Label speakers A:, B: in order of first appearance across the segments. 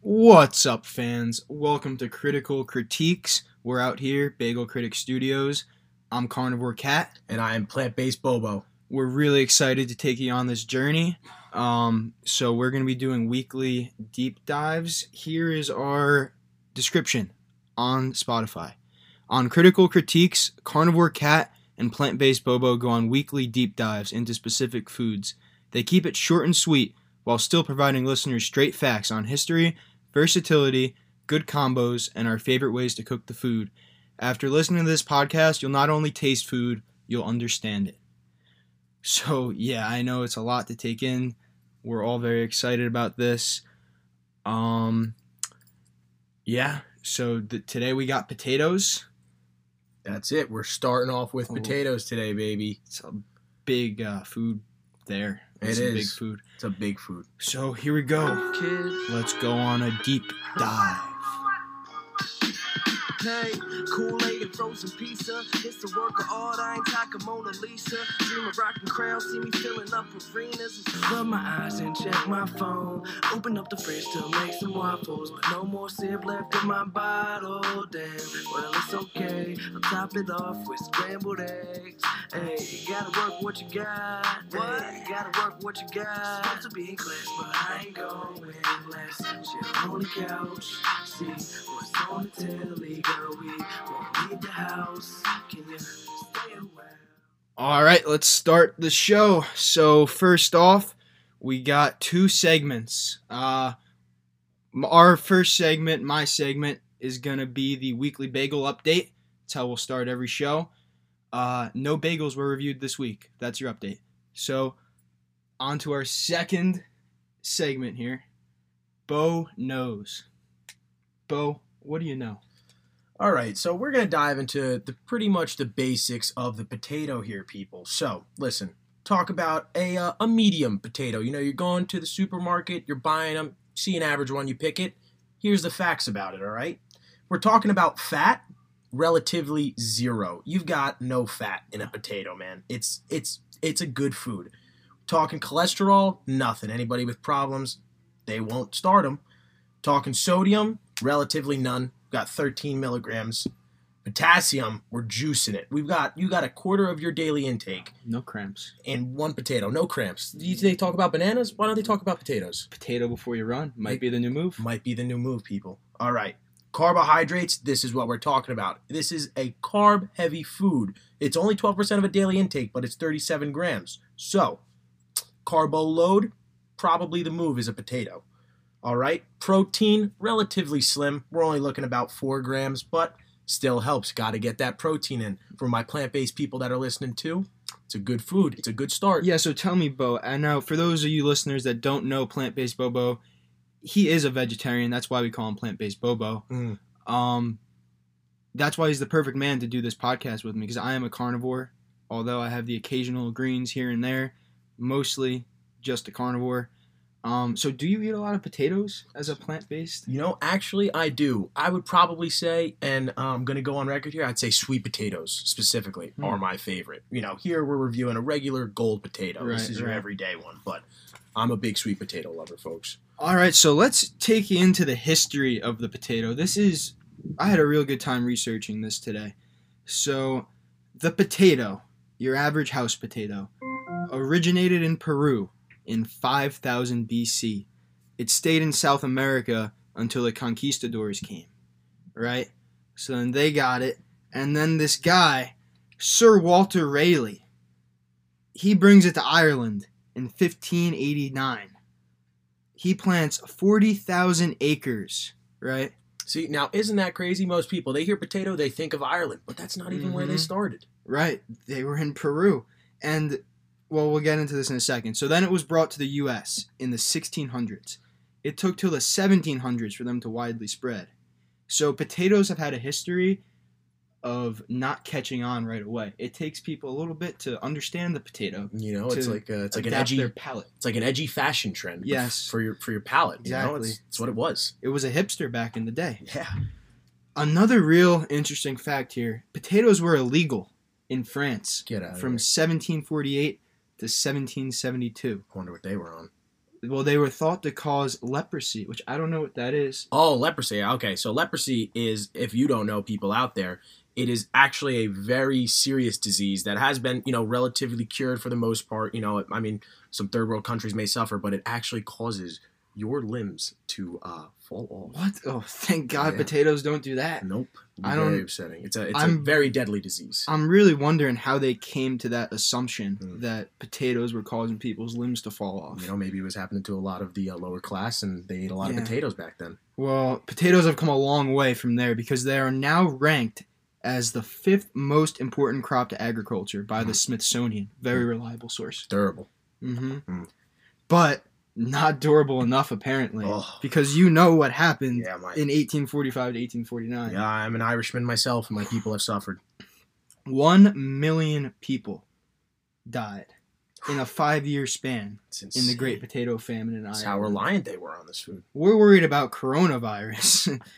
A: What's up, fans? Welcome to Critical Critiques. We're out here, Bagel Critic Studios. I'm Carnivore Cat.
B: and I am plant based Bobo.
A: We're really excited to take you on this journey. Um, so, we're going to be doing weekly deep dives. Here is our description on Spotify. On Critical Critiques, Carnivore Cat and Plant Based Bobo go on weekly deep dives into specific foods. They keep it short and sweet while still providing listeners straight facts on history, versatility, good combos, and our favorite ways to cook the food. After listening to this podcast, you'll not only taste food, you'll understand it. So, yeah, I know it's a lot to take in. We're all very excited about this. Um yeah, so th- today we got potatoes.
B: That's it. We're starting off with
A: Ooh.
B: potatoes today, baby.
A: It's a big uh, food there.
B: It
A: It's a big
B: is.
A: food.
B: It's a big food.
A: So here we go. Let's go on a deep dive.
C: Hey, Kool-Aid and frozen pizza. It's the work of art. I ain't talking Mona Lisa. Dream of rocking crowds. See me filling up arenas. Rub my eyes and check my phone. Open up the fridge to make some waffles, but no more sip left in my bottle. Damn. Well, it's okay. I'll top it off with scrambled eggs. Hey, you gotta work what you got. Hey, you gotta work what you got. Supposed to be in class, but I ain't going less. Chill on the couch, see what's on the telly, girl. We won't leave the house. Can you stay away?
A: All right, let's start the show. So first off, we got two segments. Uh, m- our first segment, my segment, is gonna be the weekly bagel update. That's how we'll start every show. Uh, no bagels were reviewed this week. That's your update. So, on to our second segment here. Bo knows. Bo, what do you know?
B: All right, so we're gonna dive into the pretty much the basics of the potato here, people. So listen, talk about a uh, a medium potato. You know, you're going to the supermarket, you're buying them, see an average one, you pick it. Here's the facts about it. All right, we're talking about fat, relatively zero. You've got no fat in a potato, man. It's it's it's a good food. Talking cholesterol, nothing. Anybody with problems, they won't start them. Talking sodium, relatively none. Got 13 milligrams. Potassium, we're juicing it. We've got you got a quarter of your daily intake
A: No cramps.
B: in one potato. No cramps. Do they talk about bananas? Why don't they talk about potatoes?
A: Potato before you run might be the new move.
B: Might be the new move, people. All right. Carbohydrates, this is what we're talking about. This is a carb heavy food. It's only 12% of a daily intake, but it's 37 grams. So, carbo load, probably the move is a potato. All right. Protein, relatively slim. We're only looking about four grams, but still helps. Got to get that protein in. For my plant based people that are listening too, it's a good food. It's a good start.
A: Yeah, so tell me, Bo. And now, for those of you listeners that don't know Plant Based Bobo, he is a vegetarian. That's why we call him Plant Based Bobo.
B: Mm.
A: Um, that's why he's the perfect man to do this podcast with me because I am a carnivore. Although I have the occasional greens here and there, mostly just a carnivore. Um, so, do you eat a lot of potatoes as a plant based?
B: You know, actually, I do. I would probably say, and uh, I'm going to go on record here, I'd say sweet potatoes specifically
A: Hmm.
B: are my favorite. You know, here we're reviewing a regular gold potato.
A: Right,
B: this is your
A: right.
B: everyday one, but I'm a big sweet potato lover, folks.
A: All right, so let's take you into the history of the potato. This is, I had a real good time researching this today. So, the potato, your average house potato, originated in Peru in 5000 BC. It stayed in South America until the conquistadors came, right? So then they got it. And then this guy, Sir Walter Raleigh, he brings it to Ireland in 1589 he plants 40,000 acres, right?
B: See, now, isn't that crazy? Most people, they hear potato, they think of Ireland, but that's not even where they
A: Mhm.
B: started.
A: Right. They were in Peru. And, well, we'll get into this in a second. So then it was brought to the U.S. in the 1600s. It took till the 1700s for them to widely spread. So potatoes have had a history of not catching on right away. It takes people a little bit to understand the potato.
B: You know, it's
A: To
B: like uh it's like an
A: adapt
B: edgy,
A: their palate.
B: it's like an edgy fashion trend. f-
A: Yes.
B: for your for your palate. You know?
A: Exactly.
B: it's, it's what it was.
A: It was a hipster back in the day.
B: Yeah.
A: Another real interesting fact here potatoes were illegal in France
B: Get out.
A: from
B: From
A: 1748 to 1772.
B: wonder what they were on.
A: well, they were thought to cause leprosy, which I don't know what that is.
B: Oh, leprosy. Okay, so leprosy is, if you don't know people out there, it is actually a very serious disease that has been, you know, relatively cured for the most part. You know, I mean, some third world countries may suffer, but it actually causes your limbs to uh, fall off.
A: What? Oh, thank God
B: Yeah. Hmm.
A: potatoes don't do that.
B: Nope.
A: I
B: Very
A: don't-
B: upsetting. It's a it's a
A: I'm-
B: very deadly disease.
A: I'm really wondering how they came to that assumption
B: Mm.
A: that potatoes were causing people's limbs to fall off.
B: you know, maybe it was happening to a lot of the uh, lower class, and they ate a lot
A: Yeah.
B: of potatoes back then.
A: Well, potatoes have come a long way from there because they are now ranked as the fifth most important crop to agriculture by the
B: Hmm.
A: Smithsonian. Very reliable source.
B: Durable.
A: hmm
B: Mm.
A: But not durable enough, apparently,
B: Oh.
A: because you know what happened
B: Yeah, my.
A: in 1845 to 1849.
B: Yeah, I'm an Irishman myself, and my people have suffered.
A: One million people died in a five year span
B: It's
A: in the
B: insane.
A: Great Potato Famine in
B: That's
A: Ireland.
B: how reliant they were on this food.
A: We're worried about coronavirus.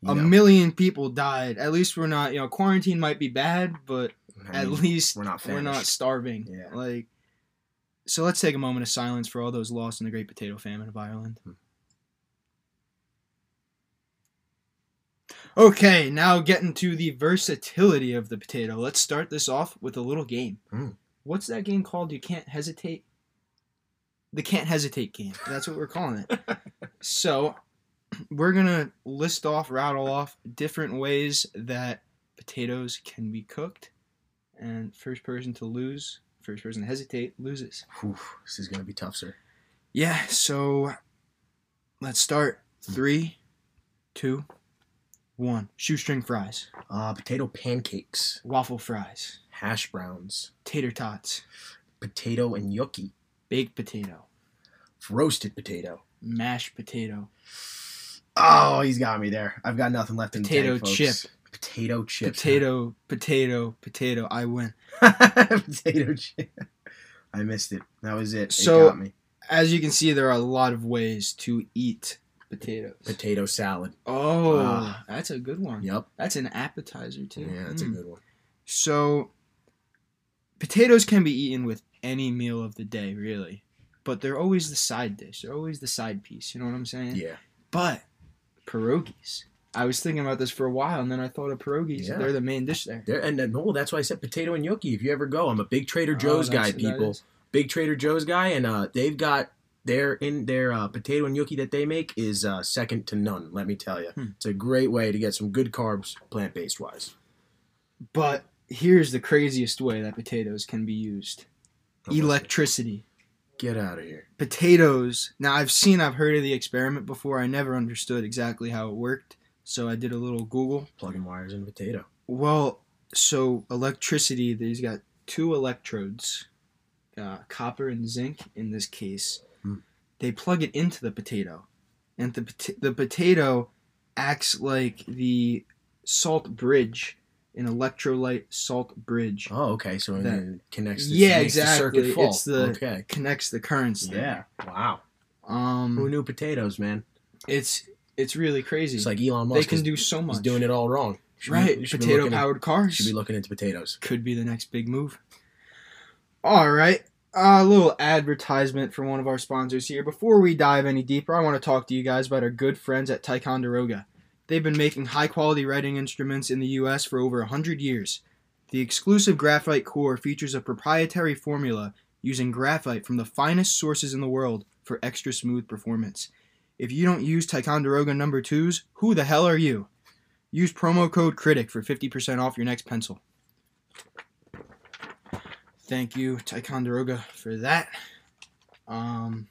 B: You
A: a
B: know,
A: million people died. At least we're not, you know, quarantine might be bad, but
B: I
A: at
B: mean,
A: least
B: we're not
A: we're not
B: famished.
A: starving.
B: Yeah.
A: Like, so let's take a moment of silence for all those lost in the Great Potato Famine of Ireland.
B: Hmm.
A: Okay, now getting to the versatility of the potato. Let's start this off with a little game.
B: Hmm.
A: What's that game called? You can't hesitate. The can't hesitate game. That's what we're calling it. so, we're gonna list off, rattle off different ways that potatoes can be cooked, and first person to lose, first person to hesitate, loses.
B: Whew, this is gonna be tough, sir.
A: Yeah. So, let's start. Three, two, one. Shoestring fries,
B: Uh, potato pancakes,
A: waffle fries,
B: hash browns,
A: tater tots,
B: potato and yucky,
A: baked potato,
B: roasted potato.
A: mashed potato,
B: Oh, he's got me there. I've got nothing left in
A: Potato
B: the tank, folks.
A: chip.
B: Potato chip.
A: potato, potato, potato. I win.
B: potato chip. I missed it. That was it. it
A: So-
B: got me.
A: As you can see, there are a lot of ways to eat potatoes.
B: Potato salad.
A: Oh,
B: Ah.
A: that's a good one.
B: Yep.
A: That's an appetizer too.
B: Yeah, that's a
A: Mm.
B: good one.
A: So, potatoes can be eaten with any meal of the day, really, but they're always the side dish. They're always the side piece. You know what I'm saying?
B: Yeah.
A: But pierogies. I was thinking about this for a while, and then I thought of pierogies.
B: Yeah.
A: They're the main dish there.
B: There and uh, no, that's why I said potato and gnocchi. If you ever go, I'm a big Trader
A: Oh,
B: Joe's guy,
A: that's- that
B: people.
A: is-
B: Big Trader Joe's guy, and uh, they've got their in their uh, potato and gnocchi that they make is uh, second to none. Let me tell you,
A: Hmm.
B: it's a great way to get some good carbs, plant based wise.
A: But here's the craziest way that potatoes can be used: electricity.
B: Get out of here.
A: potatoes. Now I've seen, I've heard of the experiment before. I never understood exactly how it wored, so I did a little Google.
B: Plugging wires in a potato.
A: Well, so electricity. There's got two electrodes, uh, copper and zinc in this case.
B: Hmm.
A: They plug it into the potato, and the pot- the potato acts like the salt bridge, an electrolyte salt bridge.
B: Oh, okay. So
A: That-
B: it connects. It
A: Yeah,
B: makes The
A: exactly.
B: circuit full.
A: It's the-
B: okay.
A: Connects the currents. there.
B: Yeah. Wow. Who
A: Um,
B: knew potatoes, man?
A: it's it's really crazy.
B: It's like Elon
A: they
B: Musk.
A: can
B: is,
A: do so much.
B: He's doing it all wrong. Should be-
A: right.
B: should be
A: Potato
B: looking-
A: powered cars
B: Should be looking into potatoes.
A: could be the next big move. All right. A little advertisement for one of our sponsors here. Before we dive any deeper, I want to talk to you guys about our good friends at Ticonderoga. They've been making high quality writing instruments in the U.S. for over 100 years. The exclusive graphite core features a proprietary formula using graphite from the finest sources in the world for extra smooth performance. If you don't use Ticonderoga number twos, who the hell are you? Use promo code CRITIC for 50% off your next pencil. Thank you, Ticonderoga, for that. Um,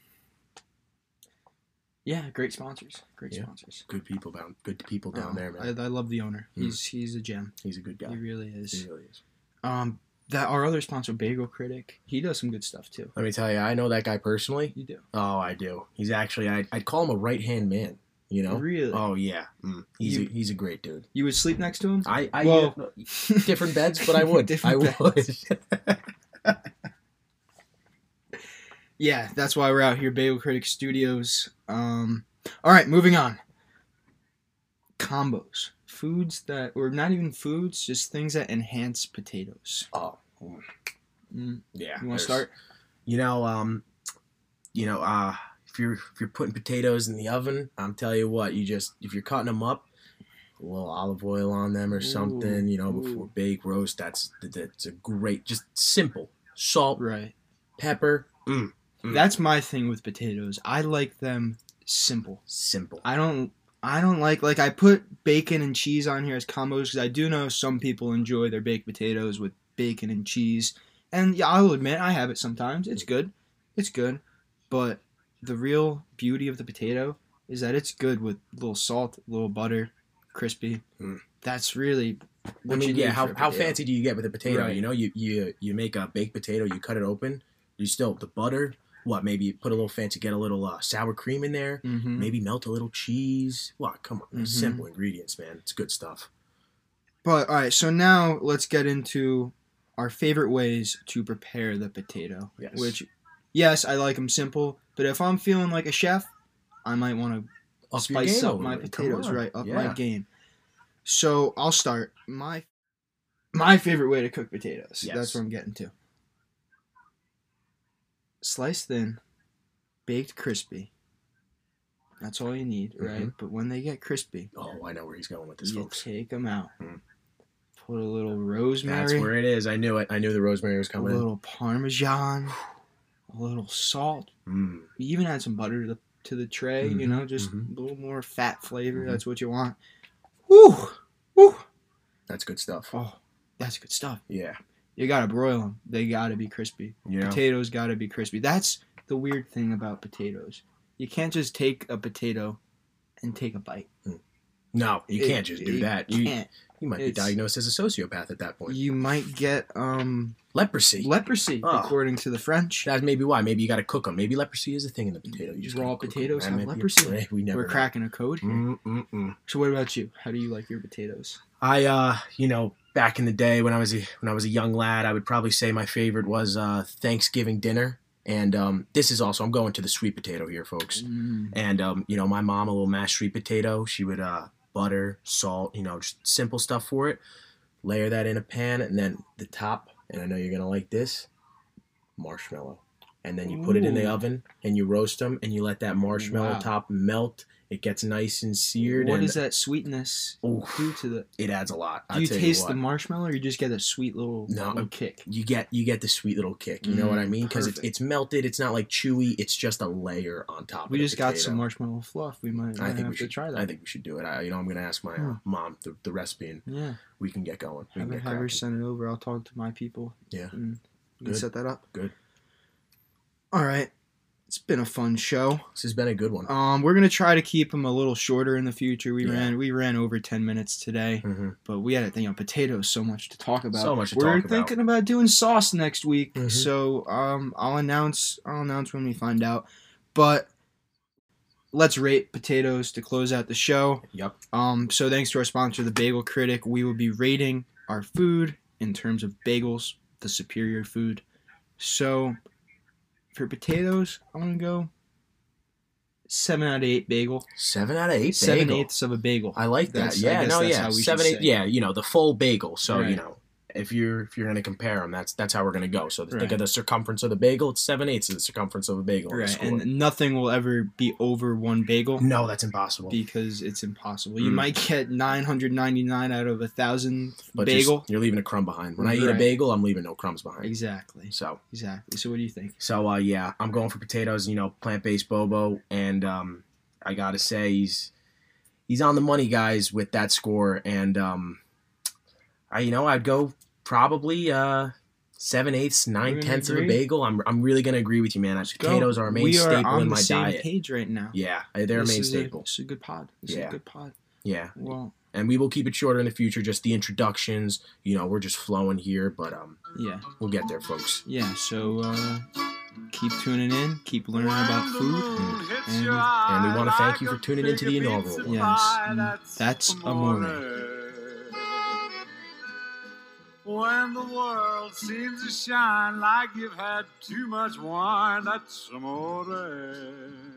A: yeah, great sponsors. Great
B: Yeah.
A: sponsors.
B: Good people down. Good people down
A: Um,
B: there, man.
A: I, I love the owner.
B: Hmm.
A: He's he's a gem.
B: He's a good guy.
A: He really
B: He
A: is.
B: really is.
A: Um, that our other sponsor, Bagel Critic, he does some good stuff too.
B: Let me tell you, I know that guy personally.
A: You do
B: Oh, I do. He's actually, I'd, I'd call him a right hand man. You know.
A: really?
B: Oh yeah. Mm. He's
A: You-
B: a, he's a great dude.
A: You would sleep next to him.
B: I I
A: Well-
B: different beds, but I would. I
A: Different
B: would.
A: yeah, that's why we're out here, Bagel Critic Studios. Um, all right, moving on. Combos, foods that, or not even foods, just things that enhance potatoes.
B: oh. mm,
A: Mm,
B: Yeah.
A: you want
B: there's-
A: to start?
B: You know, um, you know, uh, if you're if you're putting potatoes in the oven, I'm tell you what, you just if you're cutting them up, a little olive oil on them or something,
A: Ooh,
B: you know,
A: ooh.
B: before bake roast. That's that's a great, just simple salt,
A: Right.
B: pepper, Mm.
A: That's my thing with potatoes. I like them simple.
B: simple.
A: I don't I don't like like I put bacon and cheese on here as combos cuz I do know some people enjoy their baked potatoes with bacon and cheese. And yeah, I'll admit I have it sometimes. It's good. It's good. But the real beauty of the potato is that it's good with little salt, little butter, crispy.
B: Mm.
A: That's really what
B: I mean,
A: you
B: yeah.
A: need
B: How,
A: for a
B: how
A: potato.
B: fancy do you get with a potato?
A: Right.
B: You know, you, you you make a baked potato, you cut it open, you still the butter. What maybe you put a little fancy, get a little uh, sour cream in there.
A: Mhm.
B: Maybe melt a little cheese. What? Come on,
A: Mhm.
B: simple ingredients, man. It's good stuff.
A: But all right, so now let's get into our favorite ways to prepare the potato.
B: Yes.
A: Which, yes, I like them simple, but if I'm feeling like a chef, I might want to
B: Up your
A: spice
B: game a
A: up my
B: little, come
A: potatoes,
B: on.
A: right? Up
B: Yeah.
A: my game. So I'll start my my favorite way to cook potatoes.
B: Yes.
A: That's what I'm getting to. Slice thin, baked crispy. That's all you need,
B: Mm-hmm.
A: right? But when they get crispy,
B: Oh, I know where he's going with this,
A: you
B: folks.
A: take them out.
B: Mm.
A: Put a little
B: That's
A: rosemary,
B: where it is. I knew it. I knew the rosemary was
A: a
B: coming.
A: little parmesan, a little salt.
B: Mm.
A: We even add some butter to the to the tray. You
B: Mhm,
A: know, just
B: mhm.
A: a little more fat flavor.
B: Mhm.
A: That's what you want. Woo, woo.
B: That's good stuff.
A: Oh, that's good stuff.
B: Yeah.
A: You gotta broil them. They gotta be crispy.
B: You know.
A: Potatoes gotta be crispy. That's the weird thing about potatoes. You can't just take a potato and take a bite.
B: No, you
A: It-
B: can't just do
A: you
B: that. You,
A: can't.
B: you might be
A: It's-
B: diagnosed as a sociopath at that point.
A: You might get um
B: Leprosy.
A: leprosy,
B: Ugh.
A: according to the French.
B: That's maybe why. Maybe you got to cook them. Maybe leprosy is a thing in the potato. You just
A: Raw
B: gotta cook 'em.
A: potatoes
B: That
A: have
B: might be a-
A: leprosy.
B: We never
A: We're
B: know.
A: cracking a code here.
B: Mm, mm, mm.
A: So, what about you? How do you like your potatoes?
B: I, uh, you know, back in the day when I was a, when I was a young lad, I would probably say my favorite was uh, Thanksgiving dinner. And um, this is also I'm going to the sweet potato here, folks.
A: Mm.
B: And um, you know, my mom a little mashed sweet potato. She would uh, butter, salt, you know, just simple stuff for it. Layer that in a pan, and then the top. And I know you're gonna like this marshmallow. And then you put it in the
A: Ooh.
B: oven and you roast them, and you let that marshmallow
A: Wow.
B: top melt. It gets nice and seared.
A: What
B: and
A: does that sweetness
B: Oof.
A: do to the?
B: It adds a lot.
A: Do
B: I'll
A: you
B: tell
A: taste
B: what.
A: the marshmallow, or you just get a sweet little,
B: No,
A: little kick?
B: you get you get the sweet little kick. You know what I
A: Mm,
B: mean? Because it's,
A: perfect.
B: it's melted. It's not like chewy. It's just a layer on top.
A: We
B: of the
A: just got some
B: potato.
A: marshmallow fluff. We might.
B: I
A: might
B: think
A: have
B: we should
A: to try that.
B: I think we should do it. I, you know, I'm gonna ask my
A: Hmm.
B: uh, mom the, the recipe, and
A: yeah,
B: we can get going. We
A: have her,
B: can get
A: have her
B: cracking.
A: send it over. I'll talk to my people.
B: Yeah.
A: and we can
B: Good.
A: set that up.
B: Good.
A: All right, it's been a fun show.
B: This has been a good one.
A: Um, we're gonna try to keep them a little shorter in the future. We
B: Yeah.
A: ran we ran over ten minutes today.
B: hmm
A: but we had a thing on potatoes so much to talk about.
B: So much to
A: We're
B: talk about.
A: thinking about doing sauce next week,
B: Mhm.
A: so um, I'll announce I'll announce when we find out. But let's rate potatoes to close out the show.
B: Yep.
A: Um, so thanks to our sponsor, the Bagel Critic, we will be rating our food in terms of bagels, the superior food. So for potatoes, I'm gonna go seven out of eight bagel,
B: Seven out of eight.
A: seven
B: bagel.
A: eighths of a bagel.
B: I like that.
A: That's- I
B: yeah.
A: guess
B: no.
A: that's
B: Yeah.
A: how we should
B: Seven eight.
A: say.
B: Yeah. You know the full bagel. So you
A: Right.
B: know if you're if you're gonna compare them, that's that's how we're gonna go. So think
A: Right.
B: of the circumference of the bagel. It's seven eighths of the circumference of a bagel. on the
A: Right,
B: score.
A: and nothing will ever be over one bagel
B: no, that's impossible.
A: because it's impossible. You
B: Mm.
A: might get 999 out of a thousand
B: But just-
A: bagel.
B: you're leaving a crumb behind. When I eat a
A: Right.
B: bagel, I'm leaving no crumbs behind.
A: Exactly,
B: So,
A: exactly. So what do you think?
B: so uh, yeah, I'm going for potatoes. You know, plant-based bobo, and um, I gotta say he's he's on the money, guys, with that score. And um, I, you know, I'd go probably uh, seven eighths, nine
A: gonna
B: tenths of a
A: agree?
B: bagel. I'm I'm really gonna agree with you, man. potatoes
A: Go.
B: are a main
A: we are
B: staple
A: on
B: in
A: the
B: my
A: same
B: diet.
A: page right now.
B: Yeah, they're
A: This
B: a main
A: is
B: staple.
A: This is a good pod. This is
B: Yeah.
A: a good pod.
B: yeah,
A: Well,
B: and we will keep it shorter in the future. Just the introductions. You know, we're just flowing here, but um,
A: yeah,
B: we'll get there, folks.
A: yeah. So uh, keep tuning in. Keep learning about food.
C: And,
A: your
B: eye
C: and we want to thank you
B: like
C: for
B: a
C: tuning into the
B: big
C: inaugural
B: pizza
C: one.
A: pie,
C: Mm,
A: that's
C: That's
A: amore.
C: When the world seems to shine like you've had too much wine, that's amore.